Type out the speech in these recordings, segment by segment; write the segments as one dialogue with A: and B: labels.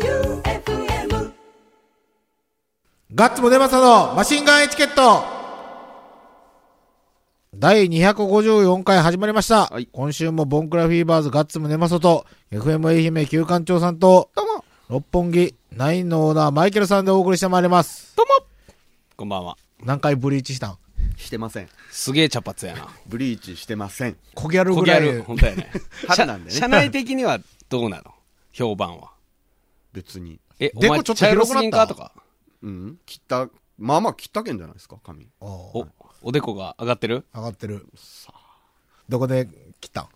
A: J-O-E-U-F-M
B: ガッツムネマサのマシンガンエチケット第254回始まりました、
C: はい
B: 今週もボンクラフィーバーズガッツムネマソと FM 愛媛旧館長さんと
C: どうも
B: 六本木ナインのオーナーマイケルさんでお送りしてまいります
C: どうもこんばんは。
B: 何回ブリーチしたん
D: してません
C: すげえ茶髪や な。
D: ブリーチしてません
B: 小ギャル
C: 小
B: ぐ
C: ギ
B: ら
C: ャ
B: い
C: ル、本当 やね。
D: 春なんでね
C: 社社内的にはどうなの評判は。
D: 別に
C: え、お
B: でこ
C: 前
B: ちょっと
C: 茶色すぎんか
B: 広
C: と
B: く
C: か。
D: うん切ったまあまあ切ったけんじゃないですか髪
B: お
C: お
B: う、
C: おでこが上がって る
B: 上がってるどこで来たん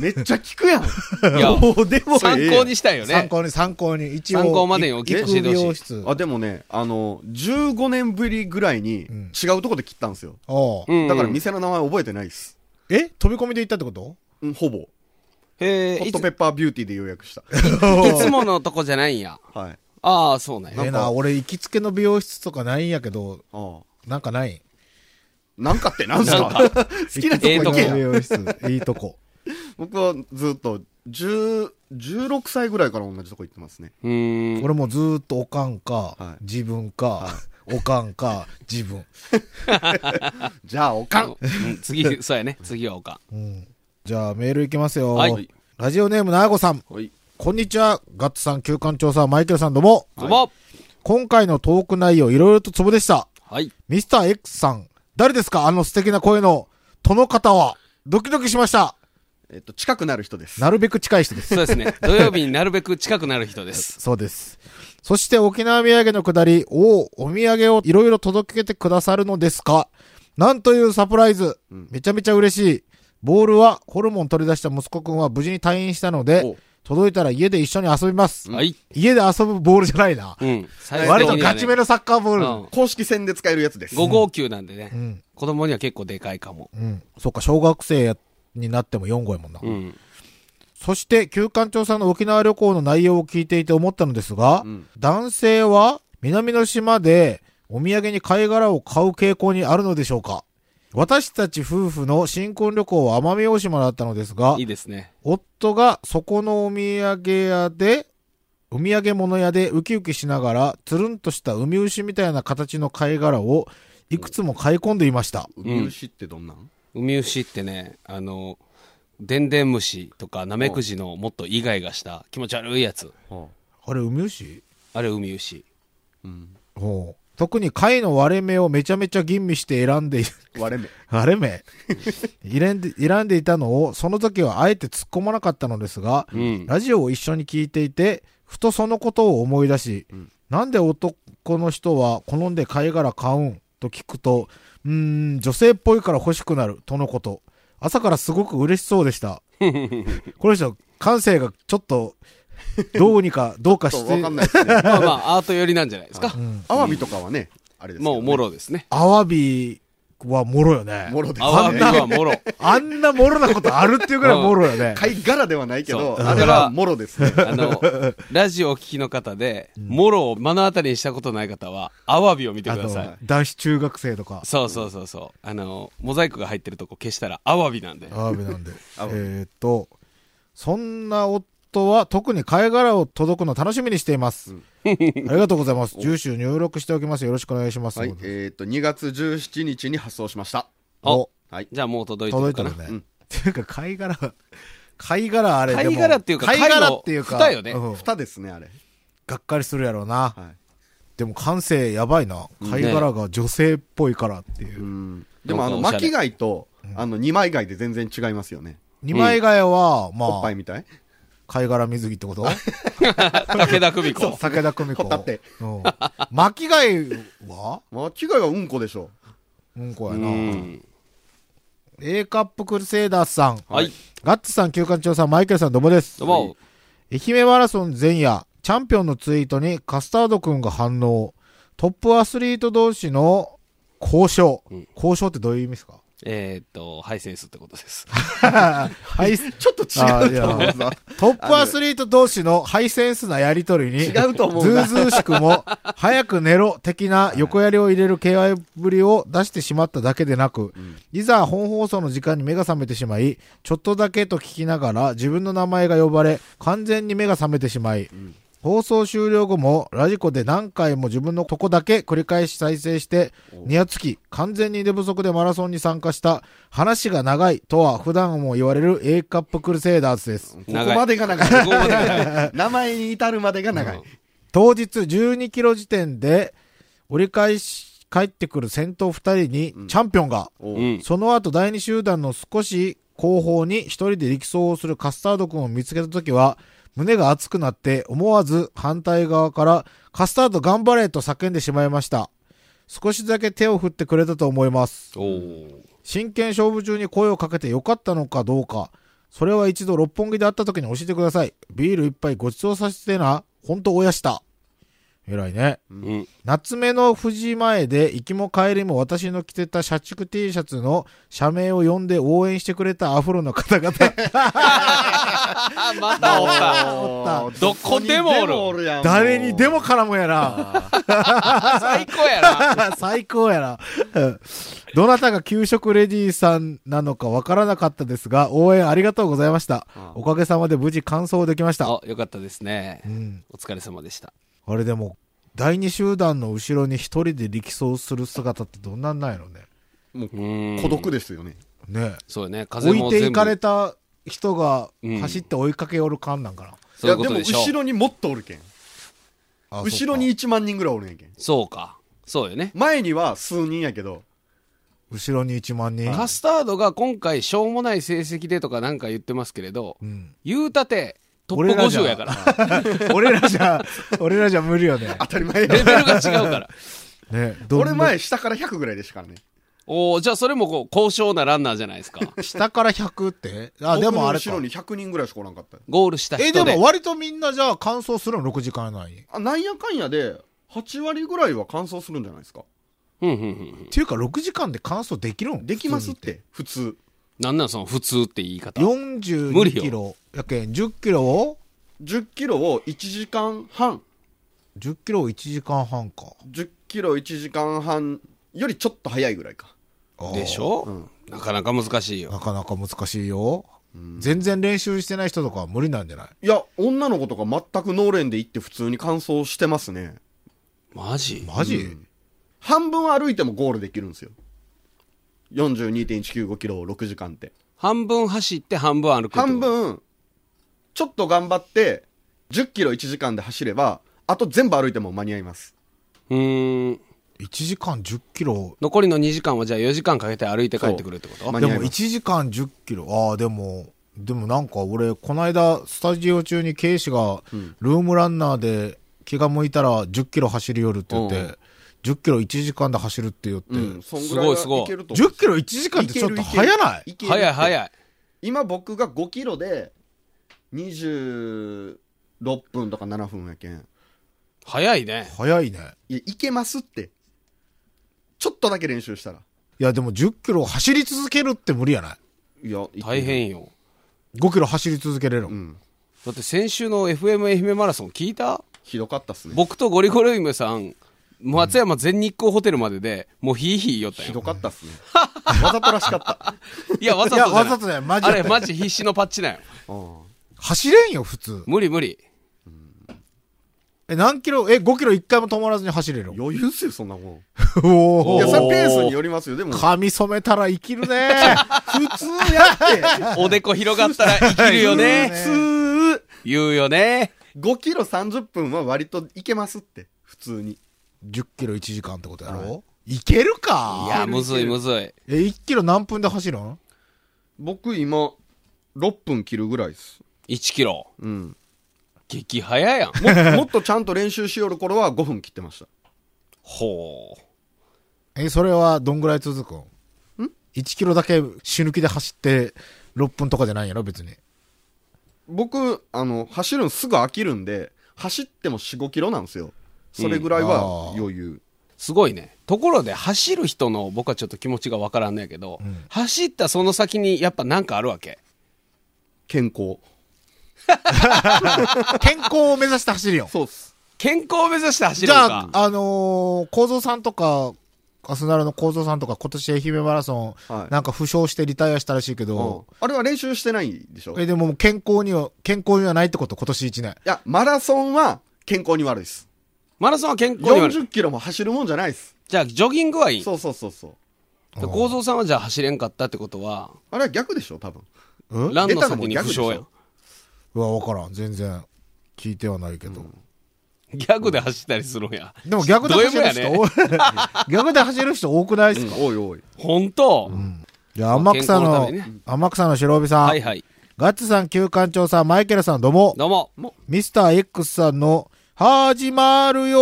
D: めっちゃ効くやん
C: いや、
B: おうでも
C: 参考にしたいよ
B: 参
C: ね。
B: 考に参考に一応
C: 参考までにお聞きしてほしい
B: 行く美容室
D: あでもねあの15年ぶりぐらいに
B: ん
D: 違うとこで切ったんですよ、
B: おう
C: うんうん
D: だから店の名前覚えてないっす、
B: え飛び込みで行ったってこと
D: うん、ほぼ
C: え
D: ホ
C: ー、
D: ッ
C: い
D: トペッパービューティーで予約 した
C: つ、いつものとこじゃないんや。
D: はい
C: ああ、そうなん
B: ええ
C: や。
B: な、俺行きつけの美容室とかないんやけど、
D: ああ
B: なんかない。
D: なんかってなんすか
C: なん
D: 好きなとこ
C: ええ
D: 行
C: とこ
B: 行きつ
D: け
B: け
D: や
B: の美容室、いいとこ。
D: 僕はずっと10 16歳ぐらいから同じとこ行ってますね
C: うーん。
B: 俺もずーっとおかんか、
D: はい
B: 自分か、おかんか、自分。
D: じゃあおかん
C: うん 次、そうやね。次はおか
B: うん。じゃあメールいきますよ。
C: はい
B: ラジオネームなあこさん。
D: はい
B: こんにちは。ガッツさん、旧館長さん、マイケルさんどうも。
C: ん。どうも
B: 今回のトーク内容、いろいろとツボでした。
C: はい。
B: ミスター X さん、誰ですかあの素敵な声の、との方は、ドキドキしました。
D: えっと近くなる人です
B: なるべく近い人です
C: そ。うですね。土曜日になるべく近くなる人です。
B: そうです。そして沖縄土産のくだり、おお、お土産をいろいろ届けてくださるのですかなんというサプライズ。めちゃめちゃ嬉しい。ボールはホルモン取り出した息子くんは無事に退院したので
D: お、
B: 届いたら家で一緒に遊びます。
C: はい。
B: 家で遊ぶボールじゃないな。
C: うん。最
B: 割
C: 終
B: と
C: 的には
B: ガ
C: ね
B: チめのサッカーボール。
C: うん
D: 公式戦で使えるやつです
C: 5号級なんでね、
B: ん
C: 子供には結構でかいかも。
B: うん。そっか、小学生やになっても4号やもんな。
C: うん。
B: そして、旧館長さんの沖縄旅行の内容を聞いていて思ったのですが、
D: うん
B: 男性は南の島でお土産に貝殻を買う傾向にあるのでしょうか私たち夫婦の新婚旅行は奄美大島だったのですが
C: いい、ですね。
B: 夫がそこのお土産屋で、お土産物屋でウキウキしながら、つるんとしたウミウシみたいな形の貝殻をいくつも買い込んでいました。
D: ウミウシってどんなん、
C: ウミウシってね、あの、でんでん虫とかナメクジのもっとイガイガした気持ち悪いやつ。
D: は
B: あれ、ウミウシ
C: あれウミウシ。
D: あうん、
B: ほう特に貝の割れ目をめちゃめちゃ吟味して選んでいる。
D: 割れ目
B: あれめ選んで選んでいたのをその時はあえて突っ込まなかったのですが、
C: うん。
B: ラジオを一緒に聞いていてふとそのことを思い出し、
D: ん
B: なんで男の人は好んで貝殻買うんと聞くとうーん女性っぽいから欲しくなるとのこと朝からすごく嬉しそうでした この人感性がちょっとどうにかどうか
D: ちょ
B: し
D: っとわ
B: て
D: かんないですね。
C: まあまあ、アート寄りなんじゃないですか。
D: アワビとかはね、あれですけどね
C: もうも。ろですね。
B: アワビはもろよね
D: もろです
C: アワビ
D: ね。
C: はもろ。
B: あんなもろなことあるっていうぐらいもろよね
D: 貝殻ではないけど、
C: そう
D: あれはもろ ですね。
C: あの、ラジオを聞きの方で、もろを目の当たりにしたことない方は、アワビを見て
B: あ
C: くだ
B: と
C: さい。
B: 男子中学生とか
C: そうそうそうそう。あの、モザイクが入ってるとこ消したらアワビなんで。
B: アワビ なんで
D: アワビ
B: えーっとそんな夫は特に貝殻を届くの楽しみにしています、ありがとうござい ます住所入力しておきますよろしくお願いします、
D: はい、えっと、2月17日に発送しました。
C: お
B: お、
D: はい。
C: じゃあもう届いて
B: 届
C: る
B: い
C: か
B: て
C: な
B: る。
D: う
B: ね
D: ん
B: っていうか貝殻 貝殻あれでも
C: 貝殻っていうか
B: 貝殻っていうか
C: 貝の蓋よね
B: うん
D: 蓋ですね、あれ。
B: がっかりするやろうな、
D: はい。
B: でも感性やばいな貝殻が女性っぽいからっていう、
D: うん。でも、あの、
C: なんかおしゃ
D: 巻
C: れ
D: き貝と、あの、二枚貝で全然違いますよね。
B: 二枚貝は、
D: おっ
B: ま
D: ぱい
B: あ
D: みたい
B: 貝殻水着ってこと
C: 武田久美子。
B: 武田久美子
D: ホタテ
B: うん巻き貝は
D: 巻き貝はうんこでしょ。
B: うんこ
C: う
B: やな、
C: ん。
B: A カップクルセイダーズさん。
C: はい。
B: ガッツさん、休館長さん、マイケルさん、どうもです。
C: どうも。
B: 愛媛マラソン前夜、チャンピオンのツイートにカスタードくんが反 応。トップアスリート同士の交渉。交渉ってどういう意味ですか
C: えーっと、ハイセンスってことです。
B: はい、
D: ちょっと違うと思うな。
B: トップアスリート同士のハイセンスなやりとりに、
D: 違うと思うな
B: ずうずうしく も、早く寝ろ的な横やりを入れる気合ぶりを出してしまっただけでなく、いざ本放送の時間に目が覚めてしまい、ちょっとだけと聞きながら自分の名前が呼ばれ、完全に目が覚めてしまい、放送終了後もラジコで何回も自分のとこだけ繰り返し再生して、にやつき、完全に寝不足でマラソンに参加した、話が長いとは普段も言われる A カップクルセイダーズです。
D: ここまでが長
C: ここまでが
D: い。名前に至るまでが長い。
B: 当日12キロ時点で折り返し帰ってくる先頭2人にチャンピオンが、
D: おう
C: うん。
B: その後第2集団の少し後方に一人で力走をするカスタード君を見つけた時は胸が熱くなって思わず反対側からカスタード頑張れと叫んでしまいました少しだけ手を振ってくれたと思います
C: おー
B: 真剣勝負中に声をかけてよかったのかどうか。それは一度六本木で会った時に教えてください。ビール一杯ごちそうさせてな。ほんと親した。偉いね。
C: うん。
B: 夏目の藤井前で行きも帰りも私の着てた社畜 T シャツの社名を呼んで応援してくれたアフロの方々。
C: あ、またおった。
D: おう
C: どこでもおる
D: どこにやん
B: 誰にで
D: も
B: も絡むやな。
C: 最高や な。
B: 最高やな。うんどなたが給食レディーさんなのかわからなかったですが、応援ありがとうございました。おかげさまで無事完走できました。
C: あ、よかったですね
B: う。ん。
C: お疲れ様でした。
B: あれでも、第二集団の後ろに一人で力走する姿ってどんなんなんやろね。
C: うん
D: 孤独ですよね。
B: ね
C: そうよね。
B: え
C: 風
B: 置
C: も
B: いて
C: 全
B: いかれ
C: 部。
B: た人が
C: うん
B: 走って追いかけおる感なんかな。
C: そういうことで
D: い
C: し
D: や
C: ょ
D: も後。ろにもっとおるけん。
B: あ
D: 後ろに。
B: そうか
D: 1万人ぐらいおるんやけん。
C: そうか。そうよね。
D: 前には数人やけど、
B: 後ろに1万人。
C: カスタードが今回しょうもない成績でとかなんか言ってますけれど、
B: うん。
C: 言うたて、トッ
B: 俺
C: プ
B: らじゃ
C: 50やか ら。
B: 俺らじゃ、俺らじゃ無理よね。
D: 当たり前
C: レ
D: や。
C: ベルが違うから。
B: ねえどんど
D: 俺
B: ん
D: 前下から100ぐらいでしたからね。
C: おおじゃあそれもこう、高尚なランナーじゃないですか。
B: 下から100ってあ、でもあれ
D: 僕
B: か
D: の後ろ。に100人ぐらいしかおらんかったよ
C: ゴールした
B: え、
C: 人で。
B: でも割とみんなじゃあ乾燥するの ?6 時間以内に。っ
D: あ、なんやかんやで、8割ぐらいは乾燥するんじゃないですか。
C: うんうんうん。
B: ていうか6時間で乾燥できるん
D: できますっ。て、普通。
C: なんなんその普通って言い方。無理
B: 42
C: よ
B: キロやけん、10キロを
D: 10キロを1時間半、
B: 10キロを1時間半か。
D: 10キロ1時間半よりちょっと早いぐらいか。
B: あー
C: でしょ、なかなか難しいよ。
B: なかなか難しいよ。全然練習してない人とかは無理なんじゃない
D: いや、女の子とか全くノーレンで行って普通に乾燥してますね。
C: マジ
B: マジ、
D: 半分歩いてもゴールできるんですよ。42.195キロを6時間って。
C: 半分走って半分歩くってこと
D: 半。分、ちょっと頑張って、10キロ1時間で走れば、あと全部歩いても間に合います。
C: うーん。
B: ?1 時間10キロ。
C: 残りの2時間はじゃあ4時間かけて歩いて帰ってくるってこと
D: 間
B: で
D: に合い
B: も
D: ます。
B: 1時間10キロ。ああ、でも、でもなんか俺、この間、スタジオ中に警視が、ルームランナーで気が向いたら10キロ走り寄るって言って、
C: うん
B: 10キロ1時間で走るって言って、
D: うん、そんぐ
C: す
D: ら
C: ご
D: い
C: いすごい
D: はいけると思う
B: 10キロ1時間ってちょっと早ない
D: いける
C: 早い早い。
D: 今僕が5キロで26分とか7分やけん
C: 早いね。
B: 早いね。
D: いやいけますってちょっとだけ練習したら
B: いや、でも10キロ走り続けるって無理やない
D: やいける
C: 大変よ。
B: ?5 キロ走り続けれる。
D: うん
C: だって先週の FM 愛媛マラソン聞いた
D: ひどかったっすね
C: 僕とゴリゴリ梅さん、松山全日空ホテルまでで、もうヒーヒー言いよった
D: ひ
C: よ。
D: どかったっ すねわざとらしかった
C: いや、わざとじゃない
B: いやわざとだよマジ
C: あ
B: だよ
C: れ、マジ必死のパッチなんよ。
D: うん
B: 走れんよ、普通。
C: 無理無理。
B: え、何キロえ、5キロ1回も止まらずに走れる。
D: 余裕っすよそんなもん
B: お
D: い
B: お
D: や。それペースによりますよでも普
B: 髪染めたら生きるね。
D: 通やって
C: おでこ広がったら生きるよね。
D: 普
C: 言うよね。
D: 通5キロ30分は割といけますって普通に
B: 10キロ1時間ってことやろ、い、けるか
C: いや、むずいむずい。
B: え、1キロ何分で走るん
D: 僕今6分切るぐらいっす
C: 1キロ。
D: うん
C: 激早やん。
D: ももっとちゃんと練習しよる頃は5分切ってました。
C: ほ
B: え、それはどんぐらい続くん
D: ん
B: ?1 キロだけ死ぬ気で走って6分とかじゃないんやろ別に。
D: 僕、あの、走るんすぐ飽きるんで、走っても4、5キロなんですよ。それぐらいは
B: うん
D: 余裕。
C: すごいね。ところで、走る人の僕はちょっと気持ちがわからんねやけど、走ったその先にやっぱなんかあるわけ。
D: 健康
B: 健康を目指して走るよ。
D: そうっす
C: 健康を目指して走
B: じ
C: るの
B: ゃ
C: か
B: あ、。あのー、構造さんとか、アスナルの構造さんとか、今年愛媛マラソン、
D: はい
B: なんか負傷してリタイアしたらしいけ
D: うん
B: ど、
D: あれは練習してないでしょい
B: え、でももう健康には、健康にはないってこと、今年1年。
D: やマラソンは健康に悪いです
C: マラソンは健康に悪い。
D: 40キロも走るもんじゃないです
C: じゃあ、ジョギングはいい。
D: そうそうそうそう
C: で構造さんはじゃあ走れんかったってことは、
D: あれは逆でしょ多分
B: うん
C: ラン
D: 出
C: の
D: たの
C: 先
D: も
C: に
D: ギャ
C: 負
D: グでし
C: 傷
D: ょ
C: やん。
B: うわ、わからん。全然、聞いてはないけど。
C: ギャグで走ったりするんや。
B: でも逆で走る
C: ド
B: 人
C: M やね
B: 多い、 逆で走る人多くないですか、
D: おいおい
C: 本当、
B: じゃあ、天草
C: 健康の
B: の、
C: ためにね
B: 天草の白帯さん、
C: はいはい。
B: ガッツさん、旧館長さん、マイケルさん、どうも、
C: どうも。も
B: ミスター X さんの、始まるよ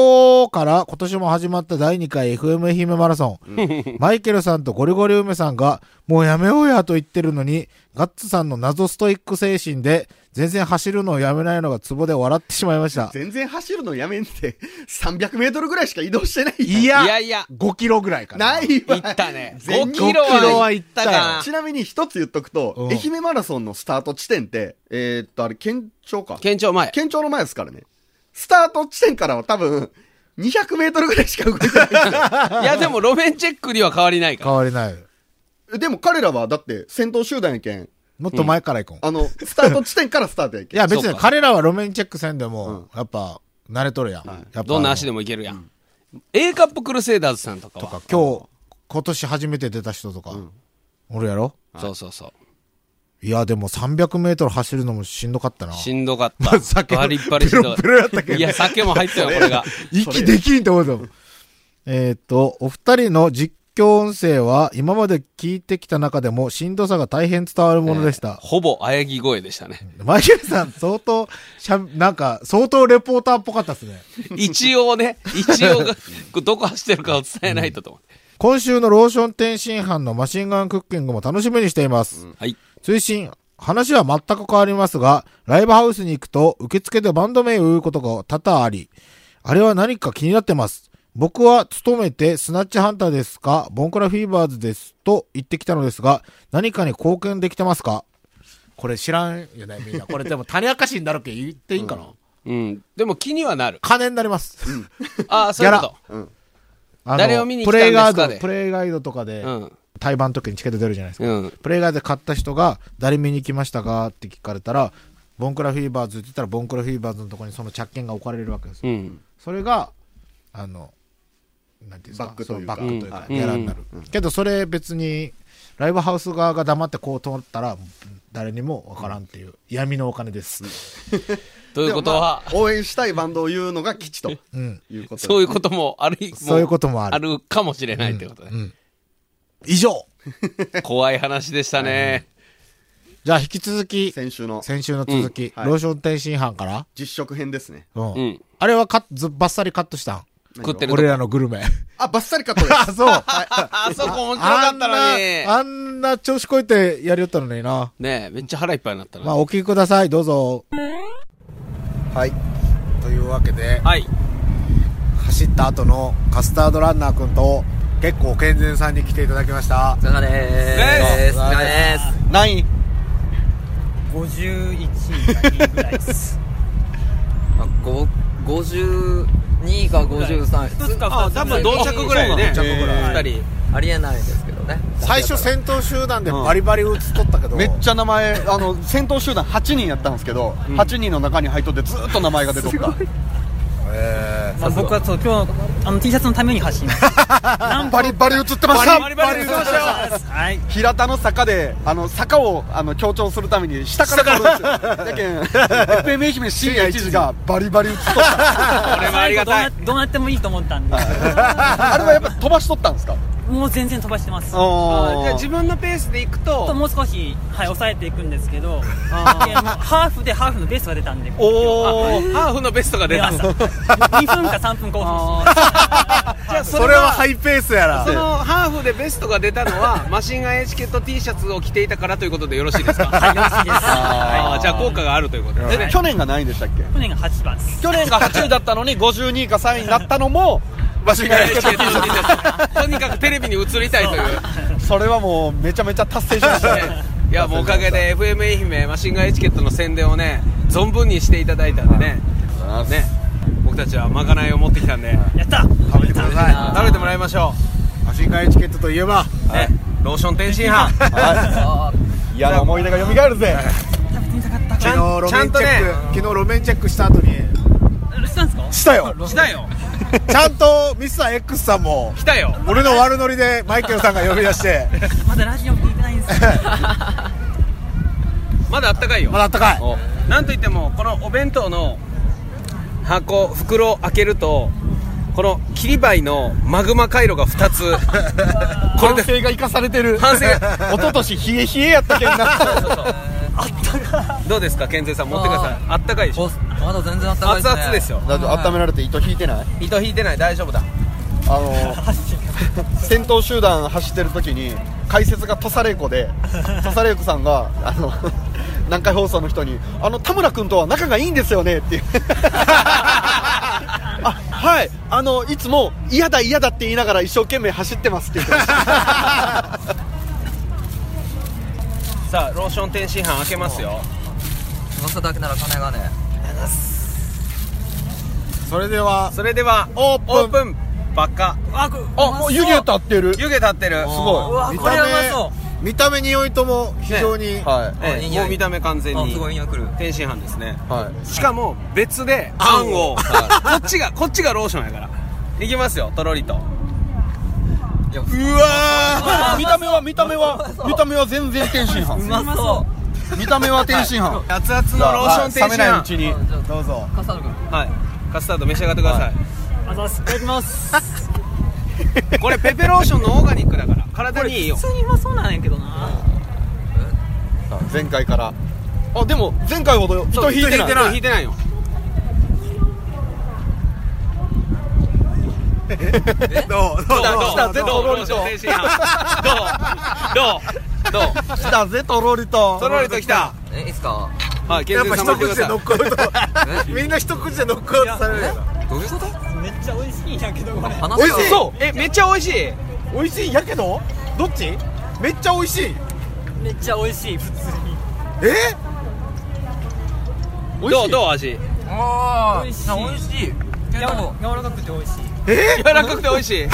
B: ーから、今年も始まった第2回 FM 愛媛マラソン。マイケルさんとゴリゴリ梅さんが、もうやめようやと言ってるのに、ガッツさんの謎ストイック精神で、全然走るのをやめないのがツボで笑ってしまいました。
D: 全然走るのやめんって300メートルぐらいしか移動してない
B: い
C: い
B: や、
C: やいや、
B: 5キロぐらいかな。
D: ないわ
C: 行ったね。
D: 全日
C: 5キロ
B: 5キロは
C: は
B: 行
C: 行
B: っ
C: ったた
B: よ
C: か
D: ちなみに一つ言っとくと、
B: うん
D: 愛媛マラソンのスタート地点って、えーっと、あれ、県庁か。
C: 県庁前。
D: 県庁の前ですからね。スタート地点からは多分、200メートルぐらいしか動いてないんです
C: いや、でも路面チェックには変わりないから。
B: 変わりない。
D: よ。でも彼らは、だって、先頭集団やけん、
B: もっと前から行こう。
D: あの、スタート地点からスタートや
B: い
D: けん。
B: や別に
C: そうか
B: 彼らは路面チェックせんでも、やっぱ慣れとるやん。やっぱ
C: どんな足で
B: も。
C: もいけるやん。A カップクルセイダーズさんとか
B: と
C: は
B: か。今日、今年初めて出た人とか、おるやろ
C: そうそうそう。
B: いやでも300メートル走るのもしんどかったな。
C: しんどかっ た。
B: 酒も
C: バリッバリしんどか
B: ペロペロやったけど
C: いや、酒も入ったよ、これが。
B: 息できんって思うたもん。えーっと、お二人の実況音声は今まで聞いてきた中でもしんどさが大変伝わるものでした。
C: ほぼ、あやぎ声でしたね。
B: マイケルさん相当しゃ、なんか相当レポーターっぽかったですね。
C: 一応ね、一応が、どこ走ってるかを伝えないとと思って。
B: 今週のローション天津飯のマシンガンクッキングも楽しみにしています。
C: はい。
B: 推進、話は全く変わりますが、ライブハウスに行くと、受付でバンド名を言うことが多々あり、あれは何か気になってます。僕は勤めてスナッチハンターですか、ボンクラフィーバーズですと言ってきたのですが、何かに貢献できてますかこれ知らんよね、みんな。これでも種明かしになるけ言っていいんかな、
C: うん。でも気にはなる。
B: 金になります。
C: ああ、そういうこ
B: あの
C: 誰を見に来たん
B: プレイガイ
C: ですか
B: ド、
C: で
B: プレイガイドとかで、
C: と。うん。
B: 対バンの時にチケット出るじゃないですか。
C: うん。
B: プレイガーで買った人が「誰見に来ましたか?」って聞かれたら「ボンクラフィーバーズ」って言ったらボンクラフィーバーズのところにその着券が置かれるわけですよ、
C: うん。
B: それがあのなんていうんですか
D: バックとい
B: そ
D: うか
B: のバックというか
D: うん
B: ギャラになる、けどそれ別にライブハウス側が黙ってこう通ったら誰にも分からんっていう闇のお金です、
C: ということは、
D: でもまあ応援したいバンドを言うのが吉ということで
C: そういうこともある、
B: そういうこともある
C: あるかもしれないということで。
B: 以上
C: 怖い話でしたね。
B: じゃあ引き続き
D: 先週の
B: 先週の続き、
D: はい
B: ローション天津飯から、
D: 実食編ですね。
B: うん
C: うん
B: あれはカッずバッサリカットしたん
C: 食ってるとこ
B: 俺らのグルメ
D: あ、バッサリカットで
B: あ
D: す。
B: そう
C: あそこ面白かったの
B: あ
C: に。
B: んな、あんな調子こいてやりよったのにな。
C: ねえ、めっちゃ腹いっぱいになったな。
B: まあ、お聞きください。どうぞ。はい。というわけで、
C: はい。
B: 走った後のカスタードランナーくんと、結構健全さんに来ていただきました。
E: お疲れ様で
C: です
E: ーす。お疲れ様です。
D: 何位
E: 五十一か二ぐらいです。あ、五五十二か五十三。
C: あ、多分同着ぐらいね。
B: そうなんだ同着ぐらい
C: 二人。
E: ありえないですけどね。
B: 最初先頭集団でバリバリ映っとったけど、
D: めっちゃ名前、あの、先頭集団8人やったんですけど、8人の中に入っとってずーっと名前が出とった。
B: え
F: まあ、僕はそう今日あの T シャツのために走ります。何
D: バリバリ映ってました
F: バリ映ってました。はい。
D: 平田の坂であの坂をあの強調するために下から撮るんですよだけん FM 愛媛深夜1時がバリバリ映っとった
C: 俺もありがたい。
F: どうなどうなってもいいと思ったんで、
D: あれはやっぱ飛ばしとったんですか
F: もう全然飛ばしてます。ちょ
C: あじゃあ自
D: あ
C: 分のペースで行く
F: っと
C: と、
F: もう少しはい抑えていくんですけど、いやもうハーフでハーフのベストが出たんで、
C: おおー、ハーフのベストが出
F: 出
C: た
F: ま
C: ん
F: し
C: だ
F: た。2分か3分興奮して
C: じゃあそ
B: それはハイペースや
C: そ
B: ら。
C: のハーフでベストが出たのは、マシンガンエチケット T シャツを着ていたからということでよろしいですか
F: はい、よろしいです。
C: あ
F: は
C: ーじゃあ効果があるということ で。
D: え去年が何位でしたっけ
F: い。去年が8番です。
D: 去年が8位だったのに52位か3位になったのも場所が
C: 違う違う違う違うとにかくテレビに映りたいという
D: それはもうめちゃめちゃ達成しましたね
C: いやもうおかげで FM 愛媛マシンガンエチケットの宣伝をね存分にしていただいたんでねね僕たちはまかないを持ってきたんで
F: やった
B: 食べてください
C: 食べてもらいましょ
B: マシンガンエチケットといえば
C: う、ね、ローション天津飯
D: はい嫌な思い出がよみがえるぜ
B: 昨日路
C: ちゃ
B: 面
C: ん
B: チ
C: と
B: ェッ
C: ね
B: ク、昨日路面チェックした後に
F: したんですか
B: したよ
C: 来たよ
B: ちゃんとミスター X さんも
C: 来たよ
B: 俺の悪ノリでマイケルさんが呼び出して
F: まだラジオ聞いてないんですよ
C: まだあったかいよ
B: まだあったかい
C: なんといってもこのお弁当の箱袋を開けるとこの切り灰のマグマ回路が2つ これ
D: 反
C: で
D: 省が生かされ てる
C: 反省が
D: 一昨年冷え冷えやったけんな
C: どうですか健全さん持ってくださいあったかいでしょ
E: おまだ全然あったかい
C: 熱
E: ですね
C: 々ですよ
D: だって温められて糸引いてない
C: 糸引いてない大丈夫だ
D: あの先頭集団走ってる時に解説が土佐玲子で土佐玲子さんがあの南海放送の人に「あの田村君とは仲がいいんですよね」 っていうあはいあのいつも「嫌だ嫌だ」って言いながら一生懸命走ってますって言ってました
C: さあローション天津飯開けますよ
E: 噂だけなら金がね
B: それでは
C: それでは
B: オープン
C: オープンバカ
F: あこ
D: あもう湯気立ってる
C: 湯気立ってるす
D: ごいう
F: わこれはうまそう
B: 見た目匂いとも非常に、
D: は
C: ええ
E: いい匂い
C: もう見た目完全
E: あ
C: に
E: すごい匂い来る
C: 天津飯ですね
D: いはい
C: しかも別であんをこっちがこっちがローションやからいきますよとろりと
E: いや
B: うわ
D: 見た目は見た目は見た目は全然天津
E: う
D: 飯
E: まそ
D: 見た目は天津飯
C: ー熱々のローション
D: 冷
C: 天津
D: めないう
C: 飯
D: ちに
E: うじゃ
B: どうぞ
E: あカスタード君
C: はいカスタード召し上がってください、
F: あざっすいただきます
C: これペペローションのオーガニックだから体にいいよ
F: 普通にうまそうなんやけどな
D: 前回からあでも前回ほど糸引いてない
C: 糸引いてないよ
B: どうどう
C: どう
D: 来たぜ
C: どう
D: とろ
C: ロ
D: り
C: ー
D: と
C: ション天津飯どうどうどう
D: 来たぜとろりと
C: とろりときた
E: えいいっすか
C: はい健
B: やっぱ
C: 全さん
B: 一
C: 待って
B: 口で
C: くだ
B: ノ
C: さ
B: ックア ウトみんな一口でノックアウトされるよな
E: どういうこと
F: めっちゃ美味しいんやけどこれ
E: 話が
D: 美味しい
E: そう
C: いえめっちゃ美味しい
D: 美味しいやけどどっち
B: めっちゃ美味しい
F: めっちゃ美味しい普通に
B: え
D: 美味
C: ど
D: し
C: う
D: い
C: どう味
E: あ
F: 美味しい
E: な美味しいけ
F: や
E: ど
F: わ柔らかくて美味しい
B: え
C: 柔らかくて美味しい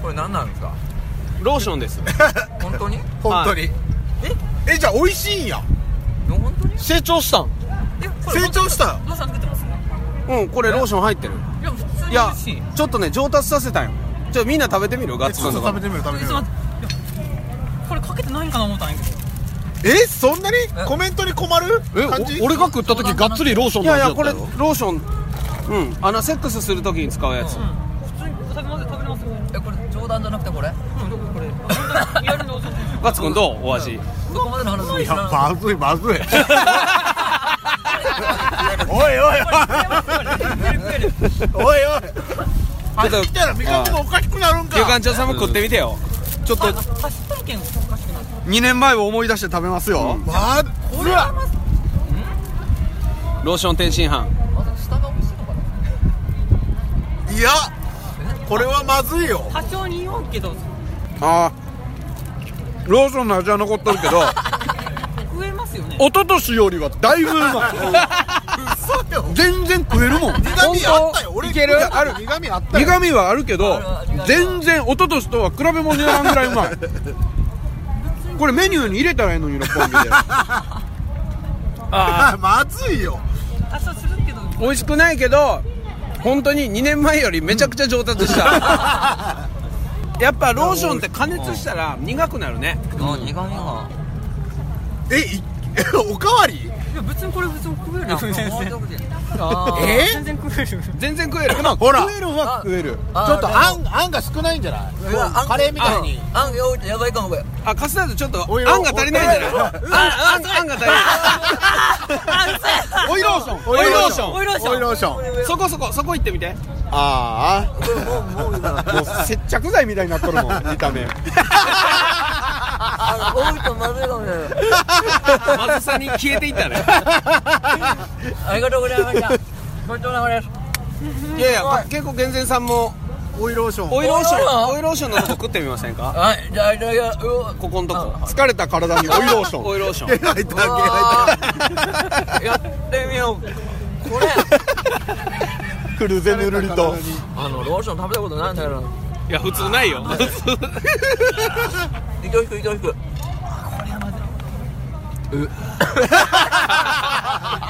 E: これ何なんですか
C: ローションです
E: 本当にい
B: 本当にええじゃあ美味しいんや
E: や本当に
D: 成長したん
E: えこれ
B: 成長した
E: ローション出てますね
C: うんこれローション入ってる
E: いや普通に
C: い
E: 美
C: や
E: 味しい
C: ちょっとね上達させたんよちょっとみんな食べてみるガッツ
B: ち
C: く
B: ょっ
C: ん
B: と
C: と
B: 食べ
C: か
B: てみる食べて
F: ちょっ
B: みる
F: と待っていやこれかけてないんかな思ったんやけど
B: えそんなにコメントに困る感じ
D: えお俺が食った時がっつりローション
C: い
D: の
C: やい
D: 味だ
C: や
D: った
C: こ
D: よ
C: れローションうんあのセックスするときに使うやつ、
F: 普通に食べます食べますよ
E: えこれ冗談じゃなくてこれ
F: うんどここれあ本当にリアルに美味しい
C: ガッツくんどうお味
E: そこまでの話
B: い
E: 知
B: や
E: らなかっ
B: まずいまずいおいおいおいおいおい
C: ちょっと
B: 来たら見かけがおかしくなるん
C: 牛
B: か
C: 館長さんも食ってみてよ
D: ちょっと
F: あ菓子体験おかしくなる
D: 2年前を思い出して食べますよ、
B: まずい
C: ローション天津飯
E: たまず下が美味しいのかない
B: やこれはまずいよ
F: 多少に言おうけど
D: あーローションの味は残ってるけど
F: 食えますよね
D: 一昨年よりはだいぶうま
B: 嘘よ
D: い全然食えるもん
B: 苦味あったよ俺
C: いける
B: いやある苦味あったよ
D: 苦味はあるけど
E: あるある
D: 全然一昨年とは比べ物にならんぐらいうま いこれメニューに入れたらいいのに六本木で
B: あーまずいよ
F: 多少するけど
C: 美味しくないけど本当に2年前よりめちゃくちゃ上達した やっぱローションって加熱したら苦くなるね
E: あ苦みが
B: えいおかわり
F: いや別にこれ普通に食えるよ全然
E: あー
B: え
F: 全然食える
C: 全然食える
B: ほら
D: 食えるんは食える
E: あ
B: ちょっと
E: でも
B: あんあんが少ないんじゃな
E: うわあ
B: い
E: ん
B: カレーみたいに
E: あんよやばいかもこれ
C: あカスタードちょっと
B: おいおい
C: あんが足りないんじゃ ないあんあんあんが足り
F: あ
D: オイローション
B: オイローシ
C: ョン
F: オイローション
B: オイローション
C: ないそこそこそこ行ってみて
D: ああもう接着剤みたいになっとるもん見た目
E: あ多いとまずいかもしれない
C: ま ずさに消えていったね
E: ありがとうございましたごちそうさまです
G: いやいや結構厳然さんも
C: オイルオーション
G: オイルオーシ
E: オイルオーショ
G: ョン
E: ン
G: オイルオーションのとこ食ってみませんか
E: はいじゃあいただきますうわ
G: ここんとこ
B: 疲れた体にオイルオーショ
G: オ
B: ン
G: イルオーショ
C: 入
G: ン
C: った入った
E: やってみようこれ
B: クルゼヌルリと
E: あのローション食べたことないんだから
G: いや普通な いよ普通
E: 糸引く糸引く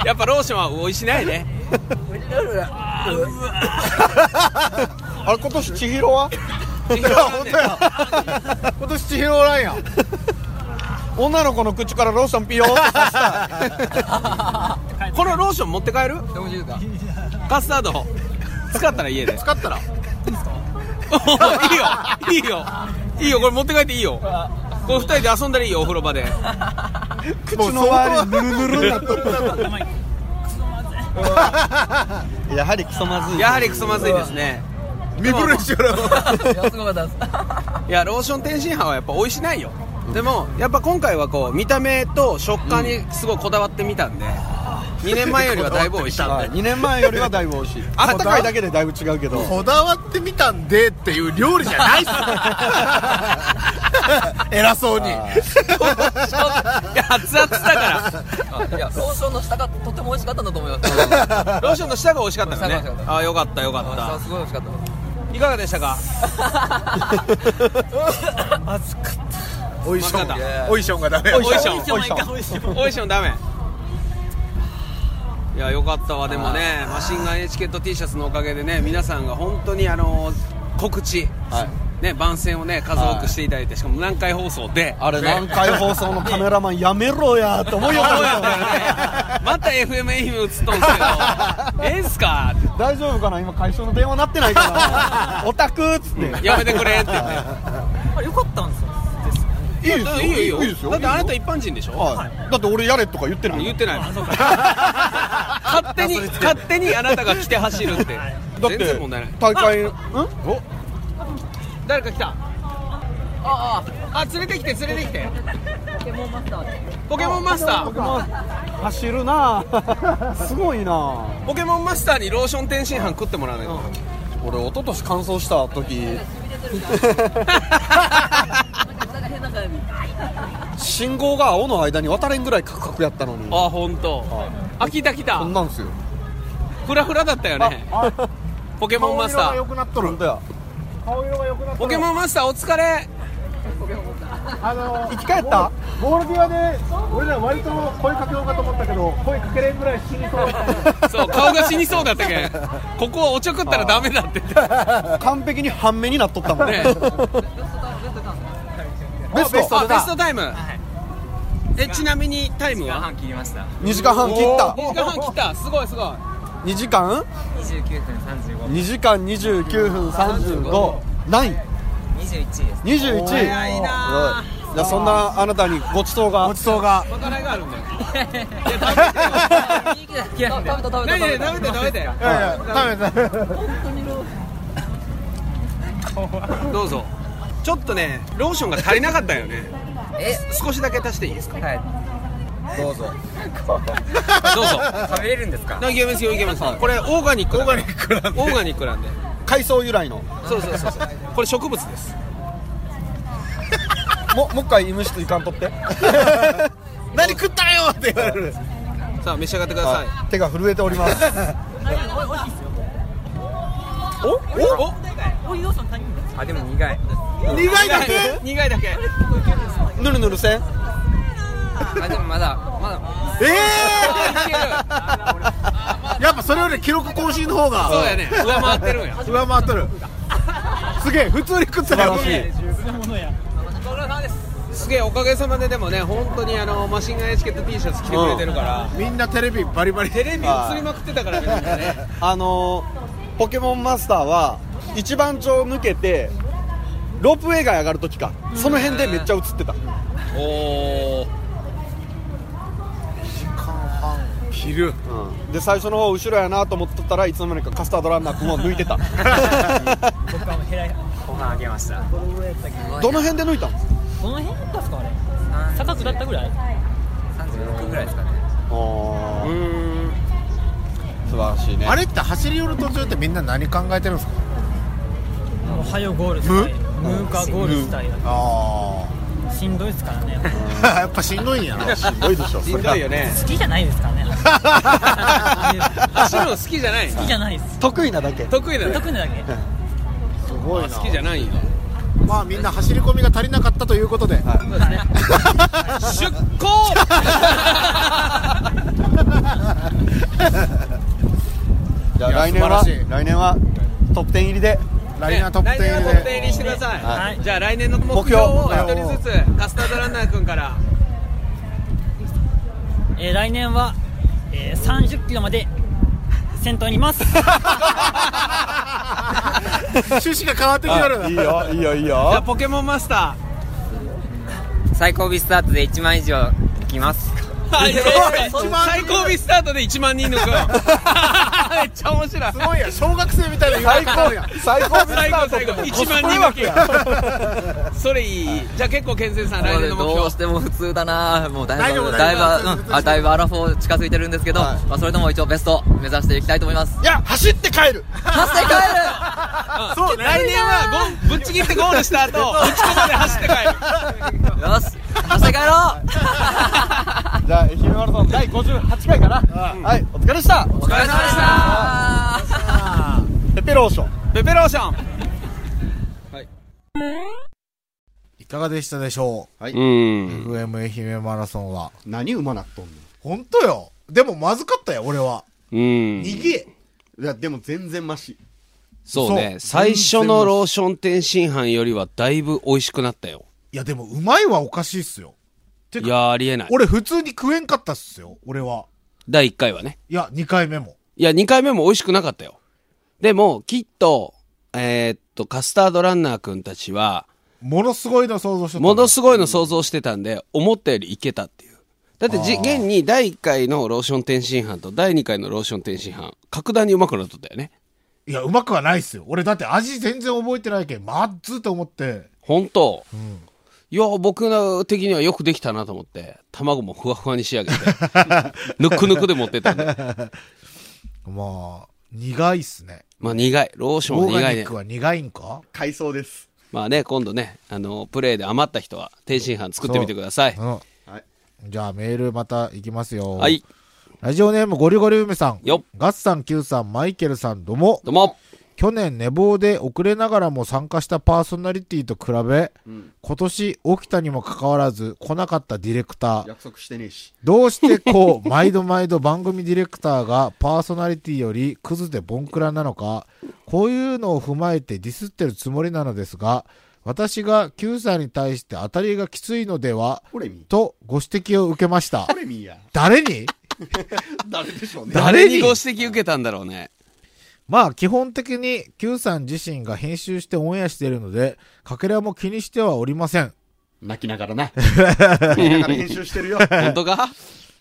G: やっぱローションはおいしないね
B: あれ今年千尋は
C: 今年千尋おらんやん
B: 女の子の口からローションピヨーってさ
G: このローション持って帰る
E: でもいいですか
G: カスタード使ったら家で
B: 使ったら
G: おいいよいいよいいよこれ持って帰っていいよこれ二人で遊んだらいいよお風呂場で
B: 口の周りヌルヌルになっとるやはりクソまずい
G: やはりクソまずいですね
C: 身震いしよら
E: いやすごかったです
G: いやローション天津飯はやっぱ美味しないよでもやっぱ今回はこう見た目と食感にすごいこだわってみたんで、2年前よりはだいぶ美味しい
B: はい2年前よりはだいぶ美味 しい
G: あ
B: あったかいだけでだいぶ違うけど
C: こだわってみたんでっていう料理じゃないっす偉そうに
G: いや熱々だから
E: いやローションの下がとても美味しかったんだと思います
G: ローションの下が美味しかったのね
E: 下が美味しかった
G: ああよかったよ
E: さ
G: か
E: あすごい美味しかった
G: ったいかがでしたか
C: おいしょ
G: まさ
C: んおいしょんがダメや
G: おいしょん
B: おいしょん
G: おいしょんダメいやよかったわでもねマシンガンエチケット T シャツのおかげでね皆さんが本当にあの告知、
B: はい
G: ね、番宣をね数多くしていただいて、しかも南海放送で
B: あれ南海放送のカメラマンやめろやと思いよったん
G: そう
B: ですよ
G: やったよねまた FM 愛媛映っとんすけどええんすかって
B: 大丈夫かな今会社の電話なってないかなオタクっつって
G: やめてくれって言って
F: あよかったんですよ
B: いい
G: いいよいいよ
B: いいですよ
G: だってあなた一般人でしょ
B: はいだって俺やれとか言ってない
G: 言ってないもん 勝手に勝手にあなたが来て走るって
B: だっ
G: 全
B: て
G: 然問題ない
B: 大会ん
G: 誰か来たあああ連れてきて連れてきてポケモンマスターポケモンマスター
B: 走る なあすごいなあ
G: ポケモンマスターにローション天津飯食ってもらわないと
B: 俺一昨年乾燥した時信号が青の間に渡れんぐらいカクカクやったのに
G: あ本当。あ来た来た
B: こんなんすよ
G: フラフラだったよね ポケモンマスター
B: くなっとるんだよ
G: ポケモンマスターお疲れ
B: 生き返った
G: そう顔が死にそうだった けんここはおちょくったらダメだって言って
B: 完璧に半目になっとったもん
G: ね
B: ベスト
G: あベストタイム、えちなみにタイムは
E: 切りました
B: 2時間半切った
G: 2時間半切ったすごいすごい
B: 2時間
E: 29分35分
B: 2時間29分35何位
E: 21です
B: 21位
G: 早いなあ
B: すごいじゃあそんなあなたにごちそうが
C: ごちそうが
G: まかないがあるんだよ
E: いや食べた食べた
G: 何何食べて食べて
C: いやいや食べた
G: どうぞちょっとねローションが足りなかったよね
E: え
G: 少しだけ足していいですか
E: は
B: どうぞ
G: どうぞ
E: い食べれるんですか
G: いけますよいけますよこれオーガニックオーガニックなんでオーガニックなんで
B: 海藻由来の
G: そうそうそう そうこれ植物です
B: ももう一回医務室行かんとって
C: 何食ったよって言われる
G: さあ召し上がってください
B: 手が震えております
G: おおお
F: おい要素の他人です
E: あでも苦い
B: 苦いだけ
G: 苦いだけ
B: ぬるぬるせん
E: あでもまだまだ
C: え
G: いける
C: えやっぱそれより記録更新の方が
G: そうやね上回ってるんや
C: 上回っとるすげえ普通に食ったよ
B: 素晴らし
G: すげえおかげさまででもね本当にあのマシンガンエチケット T シャツ着てくれてるから、
C: みんなテレビバリバリ
G: テレビ映りまくってたからみんなね
B: あのーポケモンマスターは一番町抜けてロープウェイが上がるときかその辺でめっちゃ映ってた
G: おお
C: 昼
B: で最初の方後ろやなと思っとったらいつの間にかカスタードランナー君を抜いてた
F: 僕はもうヘラヘラ
E: ご飯あげました
B: どの辺で抜いたんですか
F: どの辺だったんですかあれ坂下ったぐらい
E: 36ぐらいですかね
B: あ
G: うーん
B: 素晴らしい
H: しいね
B: あれって走り寄る途中ってみんな何考えてるんですか
F: もうはよゴールしたいムーかゴールしたい
B: あ
F: しんどいですからね
B: あ やっぱしんどいんやな
H: しんどいでしょ
G: しんどいよね
F: 好きじゃないです からね
G: 走るの好きじゃない
F: 好きじゃないです
H: 得意なだけ
G: 得意なの
F: 特にだけ
B: すごいな
G: 好きじゃないよ
B: まあみんな走り込みが足りなかったということで
G: 出航
H: じゃあ
B: いや
H: 来年は
B: 素晴らしい
H: 来年はトップ10入りで
B: 来年はトップ
G: 来年はト
B: 10
G: ップ10
B: で
G: 入りしてください、
H: はい
G: じゃあ来年の目標を一人ずつカスタードランナー君から
F: えー来年は、えー、30キロまで先頭にいます
B: 趣旨が変わってきてるない
H: いよいいよいい
G: じゃあ
H: よ
G: ポケモンマスタ
E: 最高尾スタートで1万以上行きます
G: ーはい
B: 一万
G: 最高尾スタートで1万人抜くめっちゃ面白い
B: すごいやん小学生みたいな言われ
H: 最
B: 方
H: 高
B: やん
H: 最高
G: 最高最高1万人抜きそれいいじゃあ結構健全さん来年の目
E: どう
G: 標
E: しても普通だなもうだいぶ
B: 大丈夫
E: だいぶ
B: 大丈夫
E: うんあだいぶアラフォー近づいてるんですけど、
H: はい
E: まあ、それでも一応ベスト目指していきたいと思います
H: いや走って帰る
E: 走って帰る
G: そうね来年はゴンぶっちぎってゴールした後打ち込まで走って帰る
E: よし走って帰ろう
H: じゃあ愛媛マラソン第58回かなはいお疲れでした
E: お疲れ様でした
H: ペペローション
G: ペペローション
B: いかがでしたでしょ
G: う
B: う、
G: ん
B: FM 愛媛マラソンは
D: 何馬なっとんの
B: 本当よでもまずかったよ俺は
C: うん
B: 逃げ
D: いやでも全然マシ
C: そうね
B: そう
C: 最初のローション天津飯よりはだいぶ美味しくなったよ
B: いやでもうまいはおかしいっすよて
C: い
B: か
C: やありえない
B: 俺普通に食えんかったっすよ俺は
C: 第1回はね
B: いや2回目も
C: いや2回目も美味しくなかったよでもきっとえーっとカスタードランナーくんたちは
B: ものすごいの想像してた
C: ものすごいの想像してたんで思ったよりいけたっていうだってじ現に第1回のローション天津飯と第2回のローション天津飯格段にうまくなっとったよね
B: いやうまくはないっすよ俺だって味全然覚えてないけんまっずーと思って
C: 本当、いや僕の的にはよくできたなと思って卵もふわふわに仕上げて ぬくぬくで持ってったんで
B: まあ苦いっすね
C: まあ苦いローションは
B: オーガ
C: 苦い
B: ニッ
C: ね
B: クは苦いんか
D: 回想です
C: まあね今度ねあのプレイで余った人は天津飯作ってみてください
B: うん
D: はい
B: じゃあメールまたいきますよ
C: はい
B: ラジオネームゴリゴリ梅さん
C: よっ
B: ガッサン Q さんマイケルさんどうも
C: どうも
B: 去年寝坊で遅れながらも参加したパーソナリティと比べ、今年起きたにもかかわらず来なかったディレクター
D: 約束してねえし
B: どうしてこう毎度毎度番組ディレクターがパーソナリティよりクズでボンクラなのかこういうのを踏まえてディスってるつもりなのですが私が Q さんに対して当たりがきついのでは
D: これみ
B: とご指摘を受けました
D: これみや
B: 誰に
D: 誰でしょうね
C: 誰にご指摘受けたんだろうね
B: まあ基本的に Q さん自身が編集してオンエアしているのでかけらも気にしてはおりません
D: 泣きながらな泣きながら編集してるよ
C: 本当か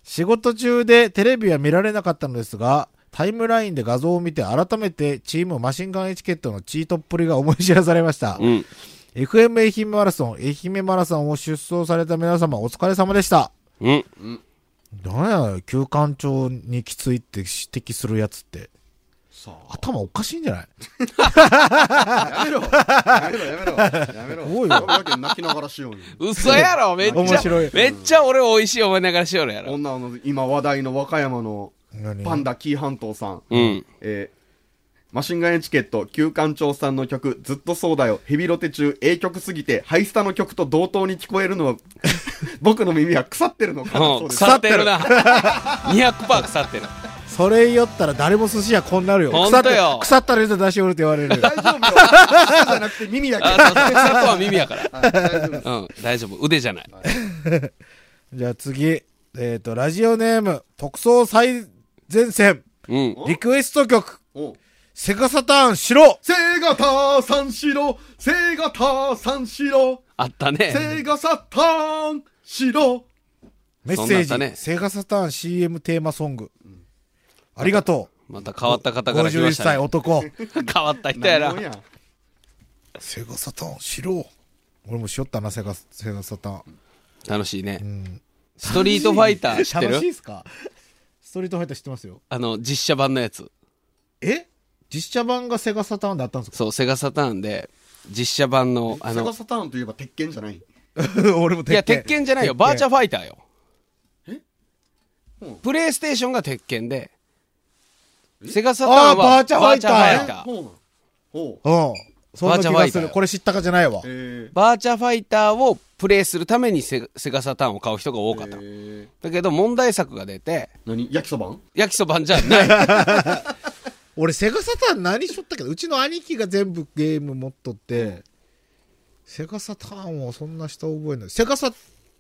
B: 仕事中でテレビは見られなかったのですが、タイムラインで画像を見て改めてチームマシンガンエチケットのチートっぷりが思い知らされました。
C: うん
B: FM 愛媛マラソン、愛媛マラソンを出走された皆様お疲れ様でした。
C: うん
B: なんや、休館長にきついって指摘するやつって。頭おかしいんじゃない
D: やめろやめろやめろやめろ
B: おい
D: 俺だけ泣きながらしようよ
C: 嘘やろめっち
B: 面
C: ゃ
B: 白い
C: めっちゃ俺美味しい思いながらしよるやろ
D: 女の今話題の和歌山の
B: 何
D: パンダ紀伊半島さん、
C: うん
D: えーマシンガンエチケット、旧館長さんの曲、ずっとそうだよ、ヘビロテ中、A 曲すぎて、ハイスタの曲と同等に聞こえるのは、 僕の耳は腐ってるのかな、
C: う
D: そうんです。
C: 腐ってるな 200%腐ってる
B: それ言ったら誰も寿司屋こんなるよ。
C: ほん
B: 腐っ
C: と
B: て
C: よ
B: 腐ったら出て出しおるって言われる。
D: 大丈夫よ。 舌じゃなくて耳だけ。
C: あそうそう腐ったは耳 やから
D: はい大丈夫です
C: うん大丈夫腕じゃない
B: じゃあ次、えっ、と、ラジオネーム、特捜最前線、
C: うん
B: リクエスト曲、
D: お
B: セガサターン白
D: セガターさんしろ、セガターさんしろ、
C: あったね
D: セガサターンしろ。
B: メッ
C: そん
B: セ
C: なんあった
B: ージ、
C: ね
B: セガサターン CM テーマソング。ありがと
C: また変わった
B: う。
C: 方から来ま
B: 51
C: した
B: 歳
C: ね
B: 男。
C: 変わった人やな
D: 何者ん
B: セガサターン白俺もしよったな、セガ、セガサターン。
C: 楽しいね、ストリートファイター知って
B: 楽しい
C: る
B: っすかストリートファイター知ってますよ。
C: あの実写版のやつ
B: え実写版がセガサターンであったんです
C: そう、セガサターンで、実写版の、あ
D: セガ
C: の、
D: サターンといえば鉄拳じゃない
B: か 俺も
C: いや、鉄拳じゃないよ。バーチャファイターよ。
D: うん
C: プレイステーションが鉄拳で、セガサターン
B: あ
C: は
B: ーバーチャファイター
C: バーチャファイ
B: え
C: タ
D: ほうなんほう
B: うん。そんな気が
C: バーチャファイタ
B: す
C: ー
B: る。
C: よ
B: これ知ったかじゃないわ。
D: え
C: バーチャファイターをプレイするためにセセガサターンを買う人が多かったの。
D: ー、
C: だけど問題作が出て、
D: 何焼きそばん
C: 焼きそばんじ ゃない。
B: 俺、セガサターン何しょったっけど、うちの兄貴が全部ゲーム持っとって、セガサターンをそんなした覚えない。セガサ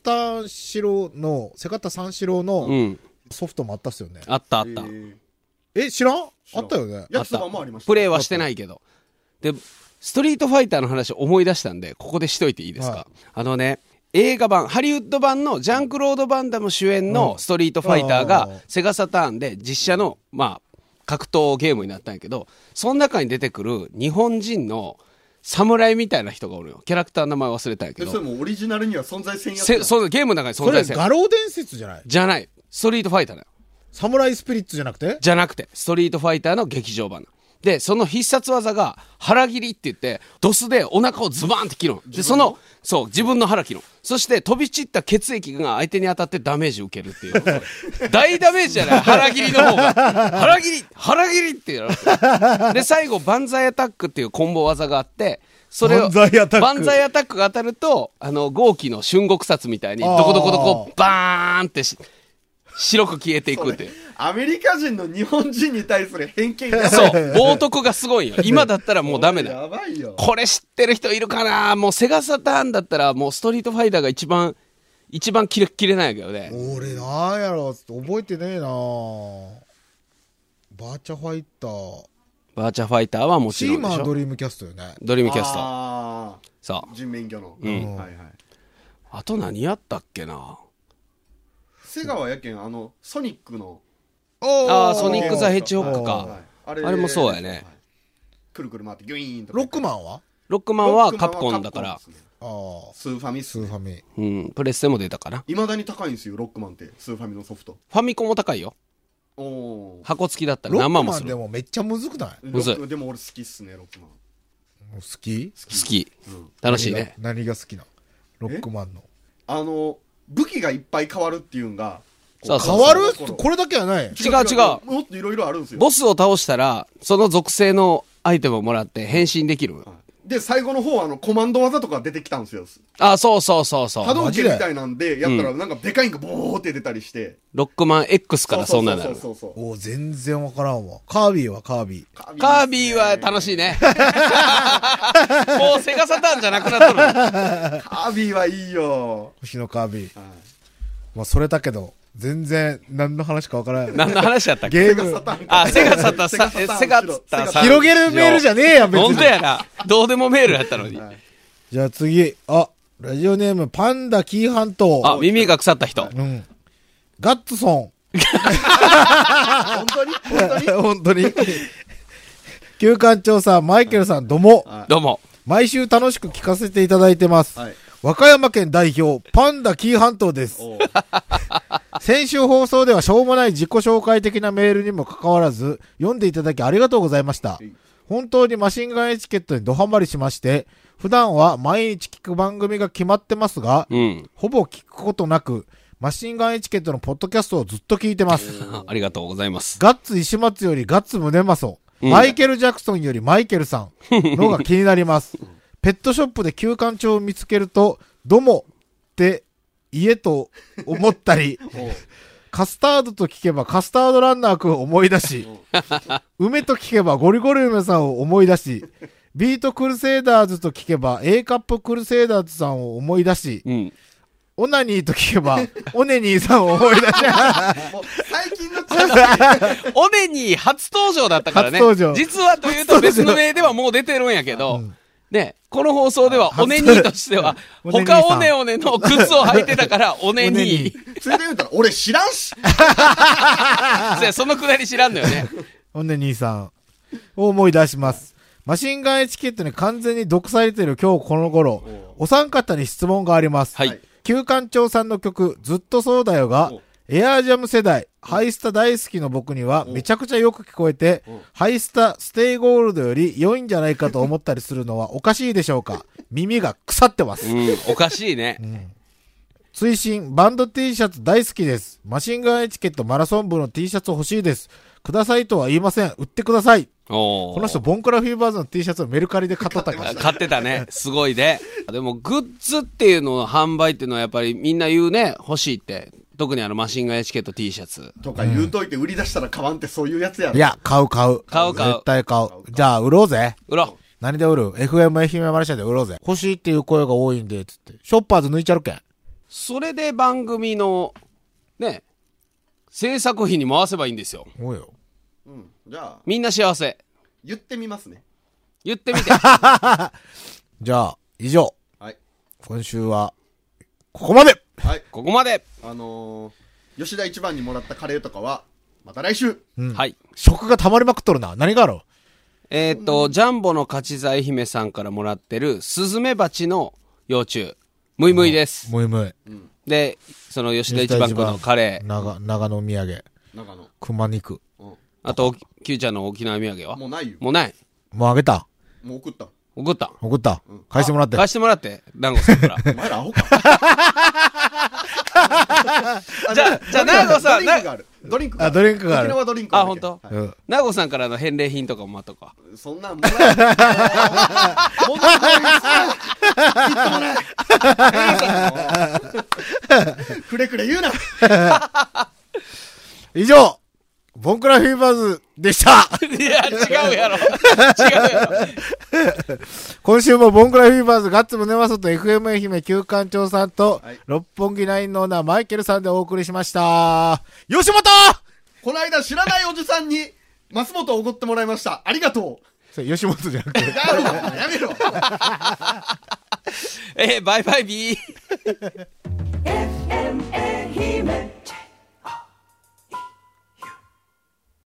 B: ターン四郎の、セガタ三四郎
C: う
B: の
C: ん。
B: ソフトもあったっすよね。
C: あったあった。
B: え、知らん
D: ら
B: あ
D: ん
B: ったよね。
D: 焼きそばもありました
C: プレイはしてないけど。で、ストリートファイターの話を思い出したんで、ここでしといていいですか。
B: はい
C: あのね、映画版、ハリウッド版のジャンクロード・バンダム主演
B: う
C: の
B: ん
C: ストリートファイター
B: あ
C: が
B: ー
C: セガサターンで実写の、まあ、格闘ゲームになったんやけど、その中に出てくる日本人の侍みたいな人がおるよ。キャラクターの名前忘れたんやけ
D: えそれ
C: ど。
D: もうオリジナルには存在せんやつや
C: せ
D: ん
C: そのゲームの中に
B: それ、
C: 存在せん
B: 画廊伝説じゃない
C: じゃない。ストリートファイターだよ。
B: サムライスピリッツじゃなくて
C: じゃなくて、ストリートファイターの劇場版なので、その必殺技が腹切りって言って、ドスでお腹をズバーンって切るの。で、その、そう、自分の腹切るの。そして飛び散った血液が相手に当たってダメージ受けるっ ていう。大ダメージじゃない腹切りの方が。腹切り腹切りってやる。で、最後、バンザイアタックっていうコンボ技があって、それ
B: バ
C: を、
B: ンザイアタック
C: バンザイアタックが当たると、あの、豪気の春国殺みたいに、どこどこどこ、バーンってし白く消えていくっていう。
D: アメリカ人の日本人に対する偏見が
C: そう。冒涜がすごいよ。今だったらもうダメだ
D: や
C: よ。
D: ばいよ
C: これ知ってる人いるかなもうセガサターンだったらもうストリートファイターが一番、一番キレッキレなんやけどね。
B: 俺なんやろ覚えてねえなバーチャファイター
C: バーチャファイターはもち
B: シ
C: ろ
B: ー
C: んで
B: マ
C: し
B: ード
C: ょ。
B: リームキャストよね
C: ドリームキャスト。
D: あ
C: さ
D: あ
C: あ。
D: 人面魚の、
C: うん
D: はいはい
C: あと何やったっけな
D: 瀬川やけんあのソニックの
C: ああ、ソニック・ザ・ヘッジホック
B: あ
C: か。
D: あ
C: あれもそうやね
D: いくるくる回ってギュイーンとか
B: ロックマンは
C: ロックマ
D: ロッ
C: ンは
D: クマン
C: カプコンだから
D: カプ、コンですね
B: ああ
D: スーファミ
B: ス
D: ス
B: ーファミ
C: うん、プレステも出たかな。
D: いまだに高いんですよロックマンってスーファミのソフト
C: ファミコンも高いよ。
D: おおー
C: 箱付きだったら
B: ロッ
C: 何
B: ク
C: 万も
B: マ
C: す
B: ンで
C: る。好
B: もめっちゃむずくない
D: ロ
C: むずい
D: ックでも俺好きっすねロックマ
B: 好
D: ン
B: き
C: き。楽しいね。
B: 何が何が好きなのロックマンの
D: あの武器がいっぱい変わるっていうんがこ
C: そう
D: う
C: そう
B: 変わる
D: そう
B: これだけはない
C: 違う違う
D: もっといろいろあるんですよ
C: ボスを倒したら、その属性のアイテムをもらって変身できるのよ。
D: で最後の方あのコマンド技とか出てきたんですよ
C: あ、そうそうそうそ
D: 波
C: う。
D: 動
B: マジ
D: 拳
B: で
D: みたいなんでやったらなんかでかいんがボーって出たりして
C: ロックマン X からそんなのあ
D: そう
C: る
D: そうそうそう
B: おう全然わからんわカービィはカービィ
D: カ
C: カービィは楽しい ね。もうセガサターンじゃなくなったの。
D: カービィはいいよ
B: 星のカービィ
D: はい
B: まあそれだけど全然何の話かわからない
C: 何の話やったっ
B: ゲ
C: け
B: ー
D: セガ
B: ム
D: サターン
C: あ、セガサターンさ、えセ
D: セ
C: ガ
D: ガ
C: サ
D: サターン
C: ターンさん。
B: 広げるメールじゃねえやん別
C: 本
B: に
C: 当やな。どうでもメールやったのに。
B: じゃあ次あラジオネームパンダ紀伊半島
C: あ、耳が腐った人。
B: うん。ガッツソン。
D: 本当に本当に
B: 本当に。旧館長さん、マイケルさん、どうも。
C: どうも。
B: 毎週楽しく聞かせていただいてます。
D: はい
B: 和歌山県代表、パンダ紀伊半島です。
D: おう
B: 先週放送ではしょうもない自己紹介的なメールにもかかわらず、読んでいただきありがとうございました
D: い。
B: 本当にマシンガンエチケットにドハマりしまして、普段は毎日聞く番組が決まってますが、
C: うん。
B: ほぼ聞くことなく、マシンガンエチケットのポッドキャストをずっと聞いてます。
C: ありがとうございます。
B: ガッツ石松よりガッツ宗正、
C: ん
B: マイケル・ジャクソンよりマイケルさんのが気になります。ペットショップで休館長を見つけると、どもって家と思ったり、カスタードと聞けばカスタードランナーくんを思い出し、梅と聞けばゴリゴリ梅さんを思い出し、ビートクルセイダーズと聞けば A カップクルセイダーズさんを思い出し、
C: うん。
B: オナニーと聞けばオネニーさんを思い出し、
D: もう最近のチャンス
C: オネニー初登場だったからね。
B: 初登場
C: 実はというと別の名ではもう出てるんやけど、ね、この放送では
B: 初
C: オネニーとしては、
B: オネニー
C: 他
B: さん
C: オネオネの靴を履いてたから、オ ネニー。
D: ついで言うたら俺知らんし
C: そやそのくだり知らんのよね。
B: ほんで兄さんを思い出します。マシンガンエチケットに完全に毒されている今日この頃、お三方に質問があります。
C: はい。
B: 旧館長さんの曲、ずっとそうだよが
D: お、
B: エアージャム世代、ハイスタ大好きの僕にはめちゃくちゃよく聞こえて、ハイスタ、ステイゴールドより良いんじゃないかと思ったりするのはおかしいでしょうか耳が腐ってます。
C: うん、おかしいね。
B: 追伸、バンド T シャツ大好きです。マシンガンエチケットマラソン部の T シャツ欲しいです。くださいとは言いません。売ってください。
C: おー
B: この人、ボンクラフィーバーズの T シャツをメルカリで買っとった から。
C: 買ってたね。すごいね。でも、グッズっていうのの販売っていうのはやっぱりみんな言うね、欲しいって。特にあの、マシンガンエチケット T シャツ。
D: とか言うといて売り出したら買わんってそういうやつや
B: い
D: ろ。
B: や、買う買う。
C: 買う買う
B: 絶対買う。じゃあ、売ろうぜ。
C: 売ろ
B: 何で売る ?FM 愛媛マルシャで売ろうぜ。欲しいっていう声が多いんで、つって。ショッパーズ抜いちゃるけん。
C: う。それで番組の、ね、制作費に回せばいいんですよ。
B: おうよ。
D: うんじゃあ、
C: みんな幸せ。
D: 言ってみますね。
C: 言ってみて。
B: じゃあ、以上。
D: はい。
B: 今週は、ここまで
D: はい。
C: ここまで。
D: あのー、吉田一番にもらったカレーとかは、また来週
C: はい。
B: 食が溜まりまくっとるな。何があろ
C: えーっと、ジャンボの勝ち財姫さんからもらってる、スズメバチの幼虫、ムイムイです。
B: むいむい。
C: で、その吉田一番区のカレー、
B: 長、長野お土産。
D: 長野。
B: 熊肉。
C: あと、キューちゃんの沖縄土産は
D: もうないよ。
C: もうない。
B: もうあげた。
D: もう送った。
C: 送ったん
B: 送った。返してもらって。
C: 貸してもらって、団子さ んから。
D: お前らアホか。
C: じゃあ、じゃあ、団子さん、
D: ドリンクが
C: な
D: ある。ドリンク
B: あドリンクがある
D: 沖縄ドリンクる
C: あ本当
D: はい
B: うん。
C: 団子さんからの返礼品とかもまっとか。
D: そんなんもらえない。もうもうもうもうもうもうもうもうもうもうくれくれ言うな。
B: 以上、ボンクラフィーバーズでした。
C: いや、違うやろ。 違うやろ。
B: 今週もボンクラフィーバーズガッツムネマソと FM 愛媛旧館長さんと、
D: はい
B: 六本木ナインのオーナーマイケルさんでお送りしました。吉本
D: この間知らないおじさんに、松本をおごってもらいました。ありがとう。
B: それ吉本じゃなくて。
D: やめろやめろ
C: えーバイバイビー。